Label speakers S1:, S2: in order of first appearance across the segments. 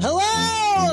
S1: Hello,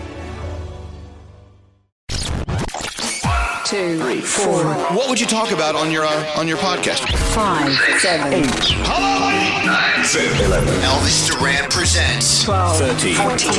S2: two, three, four.
S3: What would you talk about on your uh, on your podcast?
S2: Five, seven, eight.
S3: Hello, lady. Nine, seven, eleven. Elvis Duran presents
S2: 12,
S3: 13,
S2: 14,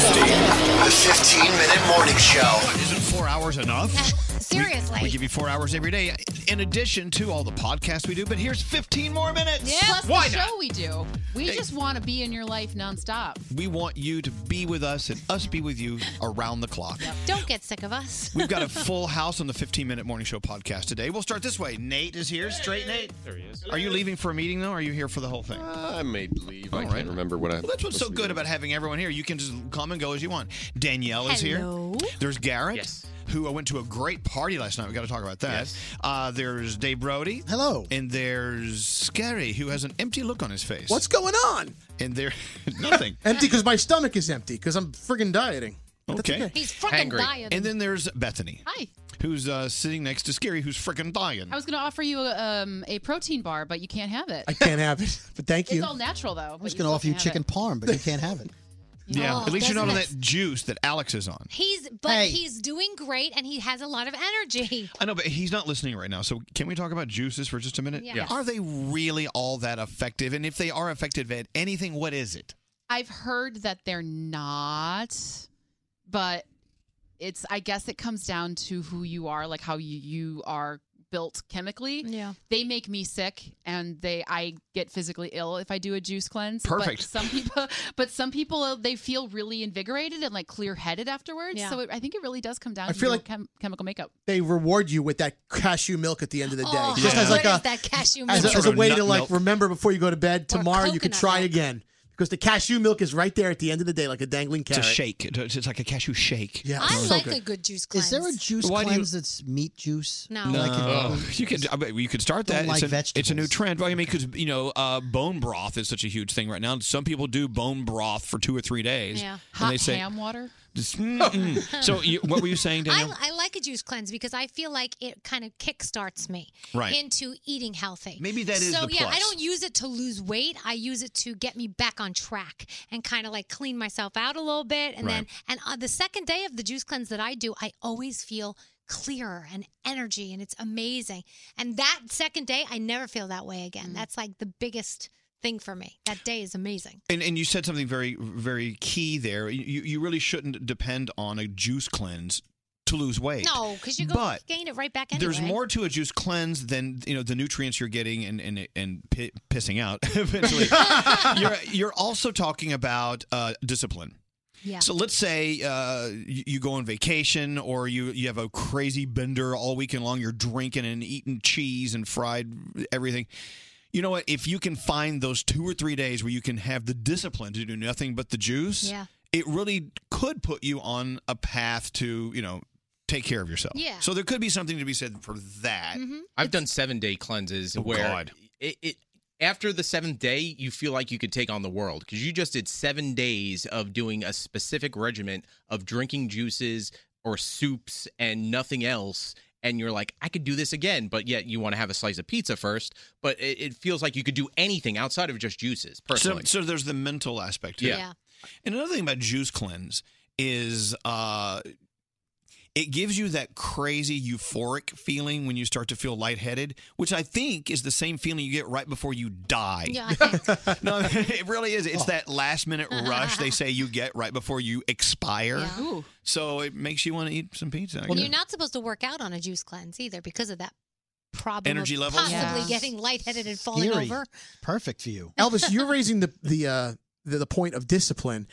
S3: 15. The 15 minute morning show.
S4: Isn't four hours enough?
S5: Seriously.
S4: We give you four hours every day, in addition to all the podcasts we do. But here's 15 more minutes.
S5: Yeah, plus
S4: Why
S5: the
S4: not?
S5: show we do. We just want to be in your life nonstop.
S4: We want you to be with us and us be with you around the clock.
S5: Don't get sick of us.
S4: We've got a full house on the 15 minute morning show podcast today. We'll start this way. Nate is here, straight Nate. There he is. Are you leaving for a meeting though? Or are you here for the whole thing?
S6: Uh, I may leave. Oh, I can't remember what I.
S4: Well, that's what's so good about having everyone here. You can just come and go as you want. Danielle is
S5: Hello.
S4: here. There's Garrett, who I went to a great party last night. We got to talk about that. Uh, there's Dave Brody. Hello. And there's Scary, who has an empty look on his face.
S7: What's going on?
S4: And there, nothing.
S7: Empty because my stomach is empty because I'm friggin' dieting. That's
S4: Okay.
S5: He's frickin' Hangry. dying.
S4: And then there's Bethany,
S5: Hi.
S4: who's uh, sitting next to Scary, who's freaking dying.
S5: I was going to offer you um, a protein bar, but you can't have it.
S7: I can't have it, but thank
S5: it's
S7: you.
S5: all natural, though.
S8: I'm just going to offer you chicken parm, but you can't have it.
S4: Yeah.
S5: Oh,
S4: At least you're not on
S5: business.
S4: that juice that Alex is on.
S9: He's but
S8: Hey.
S9: he's doing great and he has a lot of energy.
S4: I know, but he's not listening right now. So can we talk about juices for just a minute?
S9: Yeah. Yes.
S4: Are they really all that effective? And if they are effective at anything, what is it?
S5: I've heard that they're not, but it's, I guess it comes down to who you are, like how you, you are built chemically.
S9: Yeah.
S5: They make me sick and they I get physically ill if I do a juice cleanse. But
S4: Perfect.
S5: some people but some people uh, they feel really invigorated and like clear-headed afterwards.
S9: Yeah.
S5: So it, I think it really does come down
S7: I
S5: to
S7: feel
S5: your
S7: like-
S5: chem- chemical makeup.
S7: They reward you with that cashew milk at the end of the day,
S9: Oh,
S7: just
S4: Yeah.
S7: as like
S9: what
S7: a
S9: is that cashew
S7: as
S9: milk?
S7: a, as a
S4: Sort of
S7: way
S4: nut
S7: to like
S4: milk.
S7: remember before you go to bed
S9: Or
S7: tomorrow you can
S9: coconut
S7: try
S9: milk.
S7: again because the cashew milk is right there at the end of the day like a dangling
S4: It's
S7: carrot.
S4: a shake. It- It's like a cashew shake.
S7: Yeah,
S9: I
S7: so
S9: like
S7: good.
S9: a good juice cleanse.
S8: Is there a juice
S4: Why do you-
S8: cleanse that's meat juice?
S9: No.
S8: Like if
S4: Oh,
S8: you-
S4: you could I bet you could start
S8: Don't
S4: that.
S8: like
S4: it's, a, it's a new
S8: vegetables.
S4: trend. Well, I mean, because you know, uh, bone broth is such a huge thing right now. Some people do bone broth for two or three days.
S9: Yeah.
S4: and
S5: Hot
S4: they say,
S5: ham water.
S4: Just, mm, mm. so you, what were you saying,
S9: I,
S4: Daniel?
S9: I like a juice cleanse because I feel like it kind of kickstarts me
S10: Right.
S9: into eating healthy.
S10: Maybe that
S9: so,
S10: is the
S9: yeah, I
S10: plus.
S9: don't use it to lose weight. I use it to get me back on track and kind of like clean myself out a little bit. And then,
S10: Right.
S9: and uh, the second day of the juice cleanse that I do, I always feel clearer and energy and it's amazing. And that second day, I never feel that way again.
S10: Mm.
S9: That's like the biggest thing for me. That day is amazing.
S4: And, and you said something very, very key there. You, you really shouldn't depend on a juice cleanse to lose weight.
S9: No, because you go
S4: But
S9: gain it right back anyway.
S4: There's more to a juice cleanse than you know the nutrients you're getting and and, and pi- pissing out. Eventually, you're you're also talking about uh, discipline.
S9: Yeah.
S4: So let's say uh, you, you go on vacation or you you have a crazy bender all weekend long. You're drinking and eating cheese and fried everything. You know what? If you can find those two or three days where you can have the discipline to do nothing but the juice,
S9: Yeah.
S4: it really could put you on a path to you know take care of yourself.
S9: Yeah.
S4: So there could be something to be said for that. Oh,
S11: I've done seven day cleanses where
S4: God.
S11: It, it after the seventh day you feel like you could take on the world because you just did seven days of doing a specific regimen of drinking juices or soups and nothing else. And you're like, I could do this again, but yet you want to have a slice of pizza first. But it, it feels like you could do anything outside of just juices.
S4: So,
S11: Personally,
S4: so there's the mental aspect. to it.
S11: Yeah. Yeah.
S4: And another thing about juice cleanse is uh, it gives you that crazy euphoric feeling when you start to feel lightheaded, which I think is the same feeling you get right before you die.
S9: Yeah, I think
S4: no, it really is. It's
S11: Oh.
S4: that last minute rush they say you get right before you expire.
S9: Yeah. Ooh.
S4: So it makes you want to eat some pizza. I
S9: And
S4: guess.
S9: you're not supposed to work out on a juice cleanse either because of that problem. of
S4: Energy levels?
S9: Possibly
S4: Yeah.
S9: getting lightheaded and falling
S7: Eerie.
S9: over.
S7: Perfect for you, Elvis. You're raising the the, uh, the the point of discipline.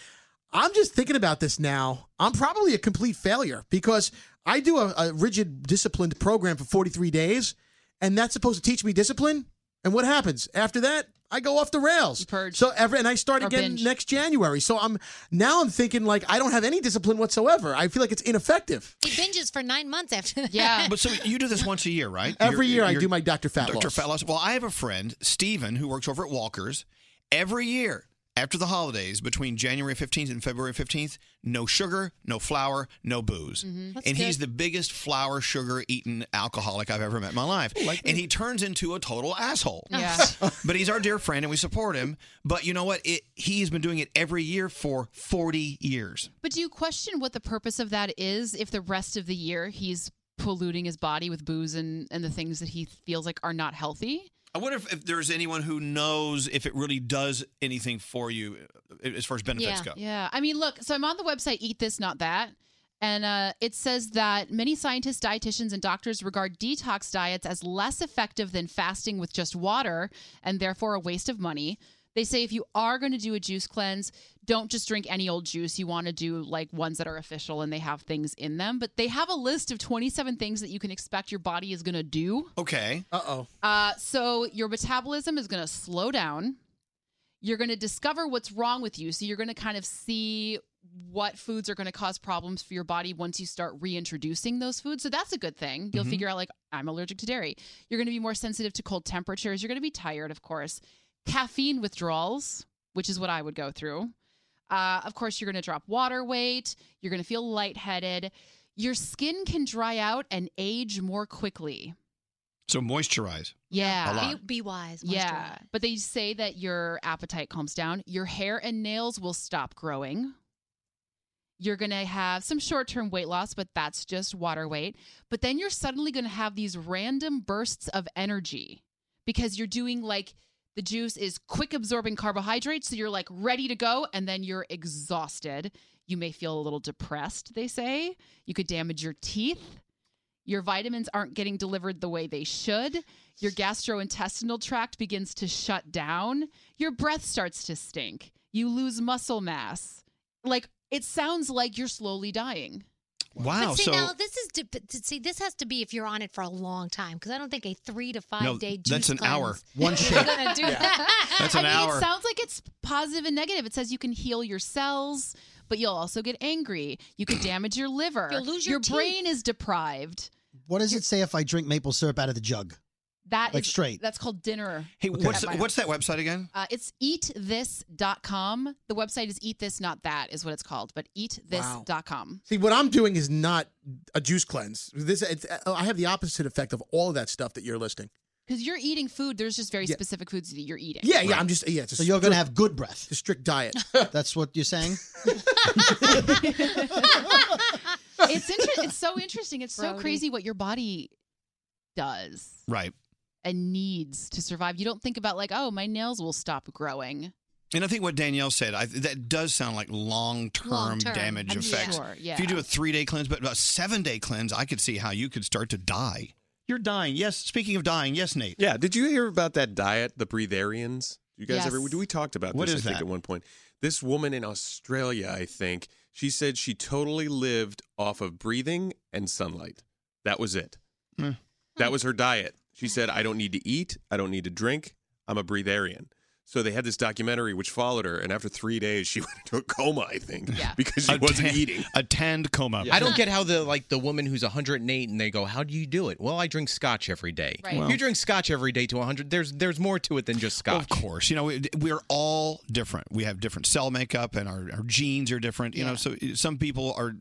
S7: I'm just thinking about this now. I'm probably a complete failure because I do a, a rigid disciplined program for 43 days, and that's supposed to teach me discipline. And what happens after that? I go off the rails. So ever and I start
S5: Or
S7: again
S5: binge.
S7: next January. So I'm now I'm thinking like I don't have any discipline whatsoever. I feel like it's ineffective.
S9: He binges for nine months after that.
S4: But so you do this once a year, right?
S7: Every
S4: You're-
S7: year I
S4: you're-
S7: do my Dr. Fat
S4: Dr.
S7: loss.
S4: Fat Loss. Well, I have a friend, Steven, who works over at Walker's. Every year after the holidays, between January 15th and February 15th, no sugar, no flour, no booze.
S12: Mm-hmm. That's
S4: And he's
S12: good.
S4: the biggest flour, sugar eating alcoholic I've ever met in my life. and he turns into a total asshole.
S12: Yeah.
S4: but he's our dear friend and we support him. But you know what? It, he's been doing it every year for 40 years.
S5: But do you question what the purpose of that is if the rest of the year he's polluting his body with booze and, and the things that he feels like are not healthy?
S4: I wonder if, if there's anyone who knows if it really does anything for you uh, as far as benefits
S5: yeah.
S4: go.
S5: Yeah. I mean, look, so I'm on the website Eat This, Not That. And uh, it says that many scientists, dietitians, and doctors regard detox diets as less effective than fasting with just water and therefore a waste of money. They say if you are going to do a juice cleanse, don't just drink any old juice. You want to do like ones that are official and they have things in them. But they have a list of 27 things that you can expect your body is going to do.
S4: Okay.
S7: Uh oh.
S5: Uh, so your metabolism is going to slow down. You're going to discover what's wrong with you. So you're going to kind of see what foods are going to cause problems for your body once you start reintroducing those foods. So that's a good thing. You'll
S13: Mhm.
S5: figure out, like, I'm allergic to dairy. You're going to be more sensitive to cold temperatures. You're going to be tired, of course. Caffeine withdrawals, which is what I would go through. Uh, of course, you're going to drop water weight. You're going to feel lightheaded. Your skin can dry out and age more quickly.
S4: So moisturize.
S5: Yeah.
S4: A lot.
S9: Be wise.
S5: Yeah. But they say that your appetite calms down, your hair and nails will stop growing. You're going to have some short term weight loss, but that's just water weight. But then you're suddenly going to have these random bursts of energy because you're doing like the juice is quick absorbing carbohydrates. So you're like ready to go, and then you're exhausted. You may feel a little depressed, they say. You could damage your teeth. Your vitamins aren't getting delivered the way they should. Your gastrointestinal tract begins to shut down. Your breath starts to stink. You lose muscle mass. Like it sounds like you're slowly dying.
S4: Wow.
S9: But see,
S4: so
S9: now this is de- but see this has to be if you're on it for a long time because I don't think a three to five
S4: No,
S9: day juice
S4: that's an
S9: cleanse
S4: hour. One
S9: One
S4: shot.
S9: shot. You're gonna do
S4: Yeah.
S9: that.
S4: That's
S5: I
S4: an
S5: mean,
S4: hour.
S5: It sounds like it's positive and negative. It says you can heal your cells, but you'll also get angry. You could damage your liver.
S9: You'll lose your teeth.
S5: brain is deprived.
S8: What does it say if I drink maple syrup out of the jug?
S5: That is
S4: Like straight.
S5: That's called dinner.
S4: Hey, what's
S5: at my
S4: what's
S5: house.
S4: that website again?
S5: Uh, it's eatthis.com. The website is eat this, not that, is what it's called, but eatthis.com.
S7: See, what I'm doing is not a juice cleanse. This it's, I have the opposite effect of all of that stuff that you're listing.
S5: Because you're eating food, there's just very
S7: Yeah.
S5: specific foods that you're eating.
S7: Yeah, yeah. I'm just yeah. It's a
S8: So you're gonna
S7: strict-
S8: have good breath.
S7: It's a strict diet.
S8: That's what you're saying.
S5: it's inter- it's so interesting. It's so
S10: Brody.
S5: crazy what your body does
S4: Right.
S5: and needs to survive. You don't think about like, oh, my nails will stop growing.
S4: And I think what Danielle said, I, that does sound like long term
S5: Long-term,
S4: damage
S5: I'm
S4: effects.
S5: sure,
S4: If you
S5: yeah.
S4: do a three day cleanse, but a seven day cleanse, I could see how you could start to die. You're dying. Yes. Speaking of dying, yes, Nate.
S6: Yeah. Did you hear about that diet, the breatharians? You guys
S4: Yes.
S6: ever? We talked about
S4: What
S6: this.
S4: is
S6: I think
S4: that?
S6: at one point, this woman in Australia, I think, she said she totally lived off of breathing and sunlight. That was it.
S4: Hmm.
S6: That was her diet. She said, "I don't need to eat. I don't need to drink. I'm a breatharian." So they had this documentary which followed her, and after three days, she went into a coma. I think because she
S4: A
S6: wasn't
S4: tan-
S6: eating.
S4: A tanned coma.
S11: I don't get how the like the woman who's 108 and they go, "How do you do it?" Well, I drink scotch every day.
S4: Right. Well-
S11: if you drink scotch every day to 100, there's there's more to it than just scotch.
S4: Of course, you know we- we're all different. We have different cell makeup, and our, our genes are different. You know, so eh, some people are.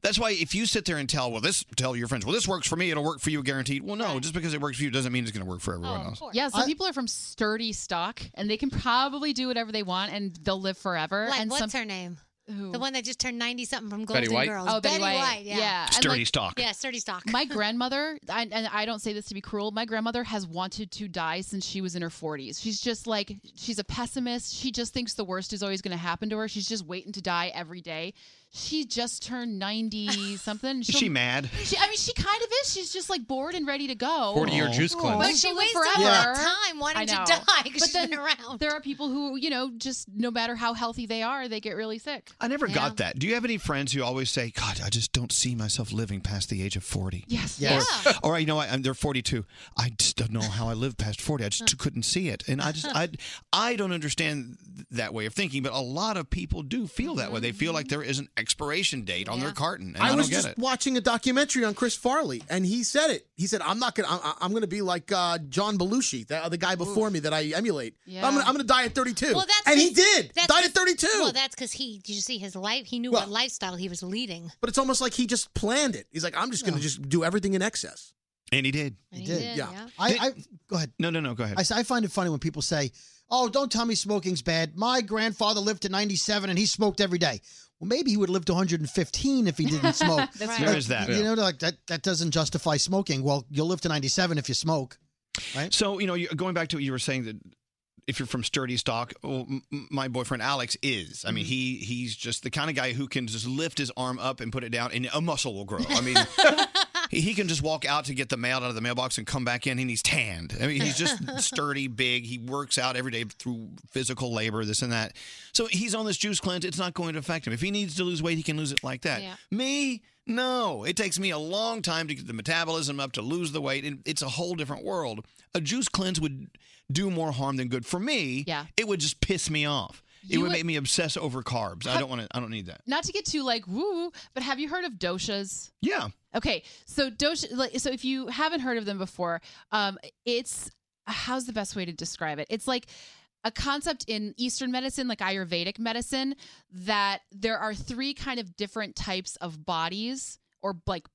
S4: That's why if you sit there and tell, well, this tell your friends, well, this works for me, it'll work for you, guaranteed. Well, no, just because it works for you doesn't mean it's going to work for everyone else.
S5: Yeah, some people are from sturdy stock and they can probably do whatever they want and they'll live forever.
S9: Like,
S5: and
S9: what's
S5: some-
S9: her name? The one that just turned 90 something from
S5: Betty
S9: Golden
S5: White?
S9: Girls.
S5: Oh, Betty White.
S9: yeah.
S5: Yeah, and,
S4: Sturdy like- stock.
S9: Yeah, Sturdy Stock.
S5: My grandmother, I, and I don't say this to be cruel, my grandmother has wanted to die since she was in her 40s. She's just like, she's a pessimist. She just thinks the worst is always going to happen to her. She's just waiting to die every day. She just turned 90 something.
S4: Is she mad?
S5: She, I mean, she kind of is. She's just like bored and ready to go.
S4: 40-year juice Aw. cleanse.
S5: But
S4: Well,
S5: Oh, she
S9: she
S5: lived
S9: wasted
S5: forever.
S9: all that time. Why
S5: I
S9: didn't you
S5: know.
S9: die? 'Cause
S5: But
S9: she's
S5: then
S9: been around.
S5: there are people who, you know, just no matter how healthy they are, they get really sick.
S4: I never
S5: Yeah.
S4: got that. Do you have any friends who always say, God, I just don't see myself living past the age of 40?
S5: Yes.
S4: Yes. Or, or, you know, I, I'm- they're 42. I just don't know how I lived past 40. I just couldn't see it. And I just, I, I don't understand th- that way of thinking, but a lot of people do feel that way. They feel
S5: Mm-hmm.
S4: like there is an expiration date on their carton. And I,
S7: I, was
S4: don't get
S7: just
S4: it.
S7: watching a documentary on Chris Farley, and he said it. He said, "I'm not gonna. I'm, I'm gonna be like uh, John Belushi, the other guy before me that I emulate.
S9: Yeah.
S7: I'm, gonna, I'm gonna die at 32."
S9: Well, that's
S7: and he
S9: his-
S7: did.
S9: that's
S7: Died
S9: his-
S7: at 32.
S9: Well, that's because he, did you see his life? He knew
S7: Well-
S9: what lifestyle he was leading.
S7: but it's almost like he just planned it. He's like, "I'm just gonna just do everything in excess."
S4: And he did.
S9: He
S8: did.
S9: did, yeah.
S8: I, I go ahead.
S4: No, no, no. Go ahead.
S8: I, s- I find it funny when people say, "Oh, don't tell me smoking's bad." My grandfather lived to 97 and he smoked every day. Well, maybe he would live to 115 if he didn't smoke.
S4: That's There right. is that.
S8: You know, like that that doesn't justify smoking. Well, you'll live to 97 if you smoke.
S4: So you know, you going back to what you were saying that if you're from sturdy stock, well, m- m- my boyfriend Alex is. I mean, he he's just the kind of guy who can just lift his arm up and put it down, and a muscle will grow. I mean. he- He can just walk out to get the mail out of the mailbox and come back in, and he's tanned. I mean, he's just sturdy, big. He works out every day through physical labor, this and that. So he's on this juice cleanse. It's not going to affect him. If he needs to lose weight, he can lose it like that.
S12: Yeah.
S4: Me, no. It takes me a long time to get the metabolism up to lose the weight, and it's a whole different world. A juice cleanse would do more harm than good for me. Yeah, it would just piss me off. it
S5: You
S4: would,
S5: would-
S4: make me obsess over carbs. I
S5: Have-
S4: don't want to. I don't need that.
S5: Not to get too like woo, but have you heard of doshas?
S4: Yeah.
S5: Okay, so dosha. like, So if you haven't heard of them before, um, it's how's the best way to describe it? It's like a concept in Eastern medicine, like Ayurvedic medicine, that there are three kind of different types of bodies or like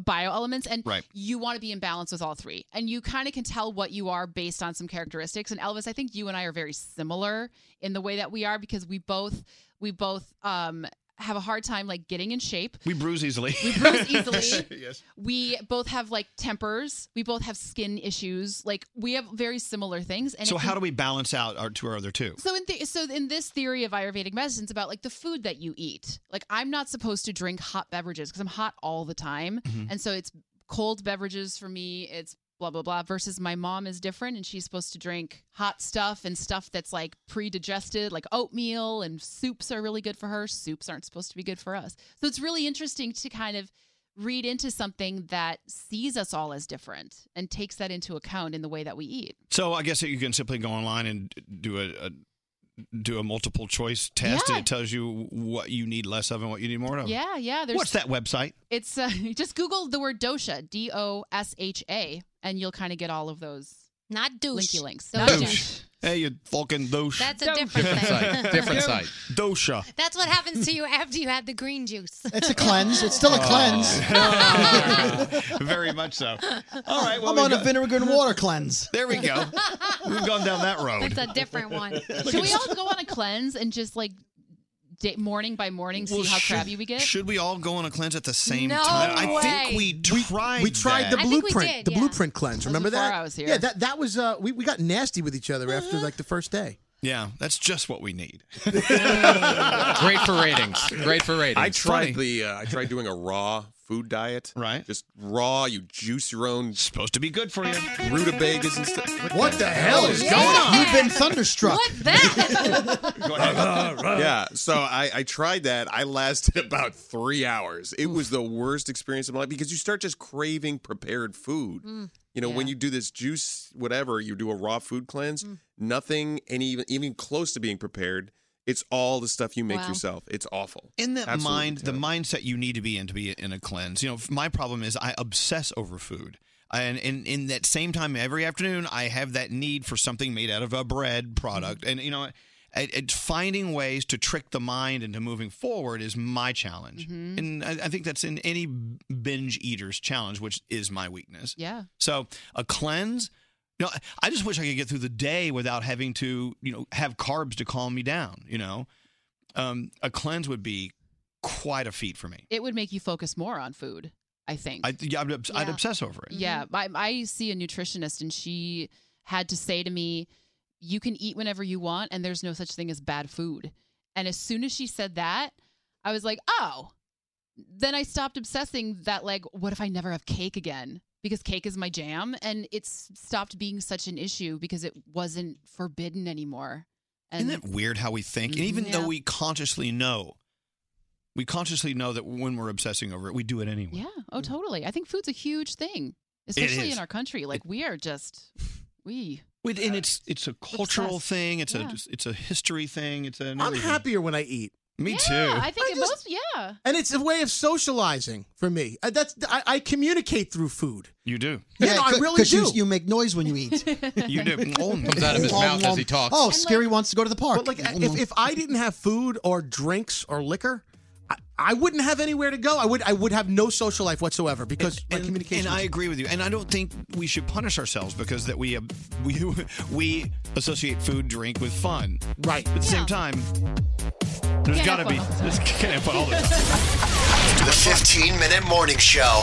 S5: bioelements and
S10: Right.
S5: you want to be in balance with all three and you kind of can tell what you are based on some characteristics and elvis i think you and i are very similar in the way that we are because we both we both um have a hard time like getting in shape
S4: We bruise easily.
S5: We bruise easily.
S4: yes.
S5: we both have like tempers we both have skin issues like we have very similar things and
S4: so
S5: it
S4: how
S5: can-
S4: do we balance out our to our other two?
S5: so in the, so in this theory of Ayurvedic medicine, it's about like the food that you eat. Like I'm not supposed to drink hot beverages because I'm hot all the time,
S10: Mhm.
S5: and so it's cold beverages for me. It's blah blah blah. Versus my mom is different, and she's supposed to drink hot stuff and stuff that's like pre-digested, like oatmeal and soups are really good for her. Soups aren't supposed to be good for us. So it's really interesting to kind of read into something that sees us all as different and takes that into account in the way that we eat.
S4: So I guess that you can simply go online and do a, a do a multiple choice test, and it tells you what you need less of and what you need more of.
S5: Yeah, yeah. There's
S4: What's that website?
S5: It's uh, just Google the word dosha, D O S H A, and you'll kind of get all of those
S9: not douche
S5: linky links.
S9: Not
S5: Not
S9: douche.
S5: douche.
S4: Hey, you fucking douche.
S9: That's a different Different thing. site, different site.
S4: Dosha.
S9: That's what happens to you after you had the green juice.
S8: It's a cleanse. It's still a
S4: Oh.
S8: cleanse.
S4: Very much so.
S8: All
S4: right, well,
S8: I'm
S4: we've
S8: on a
S4: got-
S8: vinegar and water cleanse.
S4: There we go. We've gone down that road.
S9: That's a different one.
S5: Should we all go on a cleanse and just like day, morning by morning see
S4: Well,
S5: how
S4: should-
S5: crabby we get?
S4: Should we all go on a cleanse at the same
S5: No
S4: time? I
S5: way.
S4: think we tried.
S7: We tried
S4: that.
S7: the blueprint, the blueprint cleanse.
S4: That was
S7: Remember
S4: before
S7: that?
S4: I was here.
S7: Yeah, that that was. Uh, we we got nasty with each other after like the first day.
S4: Yeah, that's just what we need.
S11: Great for ratings. Great for ratings.
S6: I tried the uh, I tried doing a raw food diet. Right. Just raw, you juice your own.
S4: Supposed to be good for you.
S6: Rutabagas and stuff.
S8: What the hell is going on? You've been thunderstruck. What
S6: Yeah, so I, I tried that. I lasted about three hours. It was the worst experience of my life because you start just craving prepared food.
S7: Mm-hmm.
S6: You know, when you do this juice, whatever, you do a raw food cleanse, nothing and even even close to being prepared. It's all the stuff you make
S4: Wow.
S6: yourself. It's awful.
S4: in that
S6: Absolutely
S4: mind the mindset you need to be in to be in a cleanse you know f- my problem is i obsess over food and in, in that same time every afternoon i have that need for something made out of a bread product and you know it, it's finding ways to trick the mind into moving forward is my challenge and I, I think that's in any binge eater's challenge which is my weakness
S5: Yeah.
S4: so a cleanse you know, I just wish I could get through the day without having to, you know, have carbs to calm me down. You know, um, a cleanse would be quite a feat for me.
S5: It would make you focus more on food, I think.
S4: I, yeah, I'd, obs- I'd
S5: Yeah.
S4: obsess over it.
S5: Yeah, I, I see a nutritionist, and she had to say to me, "You can eat whenever you want, and there's no such thing as bad food." And as soon as she said that, I was like, "Oh." Then I stopped obsessing that, like, what if I never have cake again? Because cake is my jam, and it's stopped being such an issue because it wasn't forbidden anymore. And
S4: Isn't it weird how we think? And even
S5: Yeah.
S4: though we consciously know, we consciously know that when we're obsessing over it, we do it anyway.
S5: yeah, oh, totally. I think food's a huge thing, especially
S4: is.
S5: in our country. Like, we are just we.
S4: With, and it's it's a cultural
S5: Obsessed.
S4: thing. It's
S5: Yeah.
S4: a it's a history thing. It's a.
S7: I'm happier when I eat.
S4: Me
S5: yeah,
S4: too.
S5: I think it most. Yeah.
S7: And it's a way of socializing for me. Uh, That's I, I communicate through food.
S4: You do.
S7: Yeah, I
S8: c-
S7: really
S8: 'cause
S7: do.
S8: You, you make noise when you eat.
S4: you do.
S11: Comes out of his mouth as he talks.
S8: Oh,
S7: And,
S8: Scary wants to go to the park.
S7: But like, if, if I didn't have food or drinks or liquor, I, I wouldn't have anywhere to go. I would I would have no social life whatsoever because my communication.
S4: And I agree with you. And I don't think we should punish ourselves because that we uh, we we associate food drink with fun.
S7: Right.
S4: But at the same time, there's
S3: Can't
S4: got to
S3: have
S4: be
S3: fun all
S4: there's can't have fun all the time.
S3: The 15 minute morning show.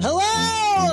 S1: Hello,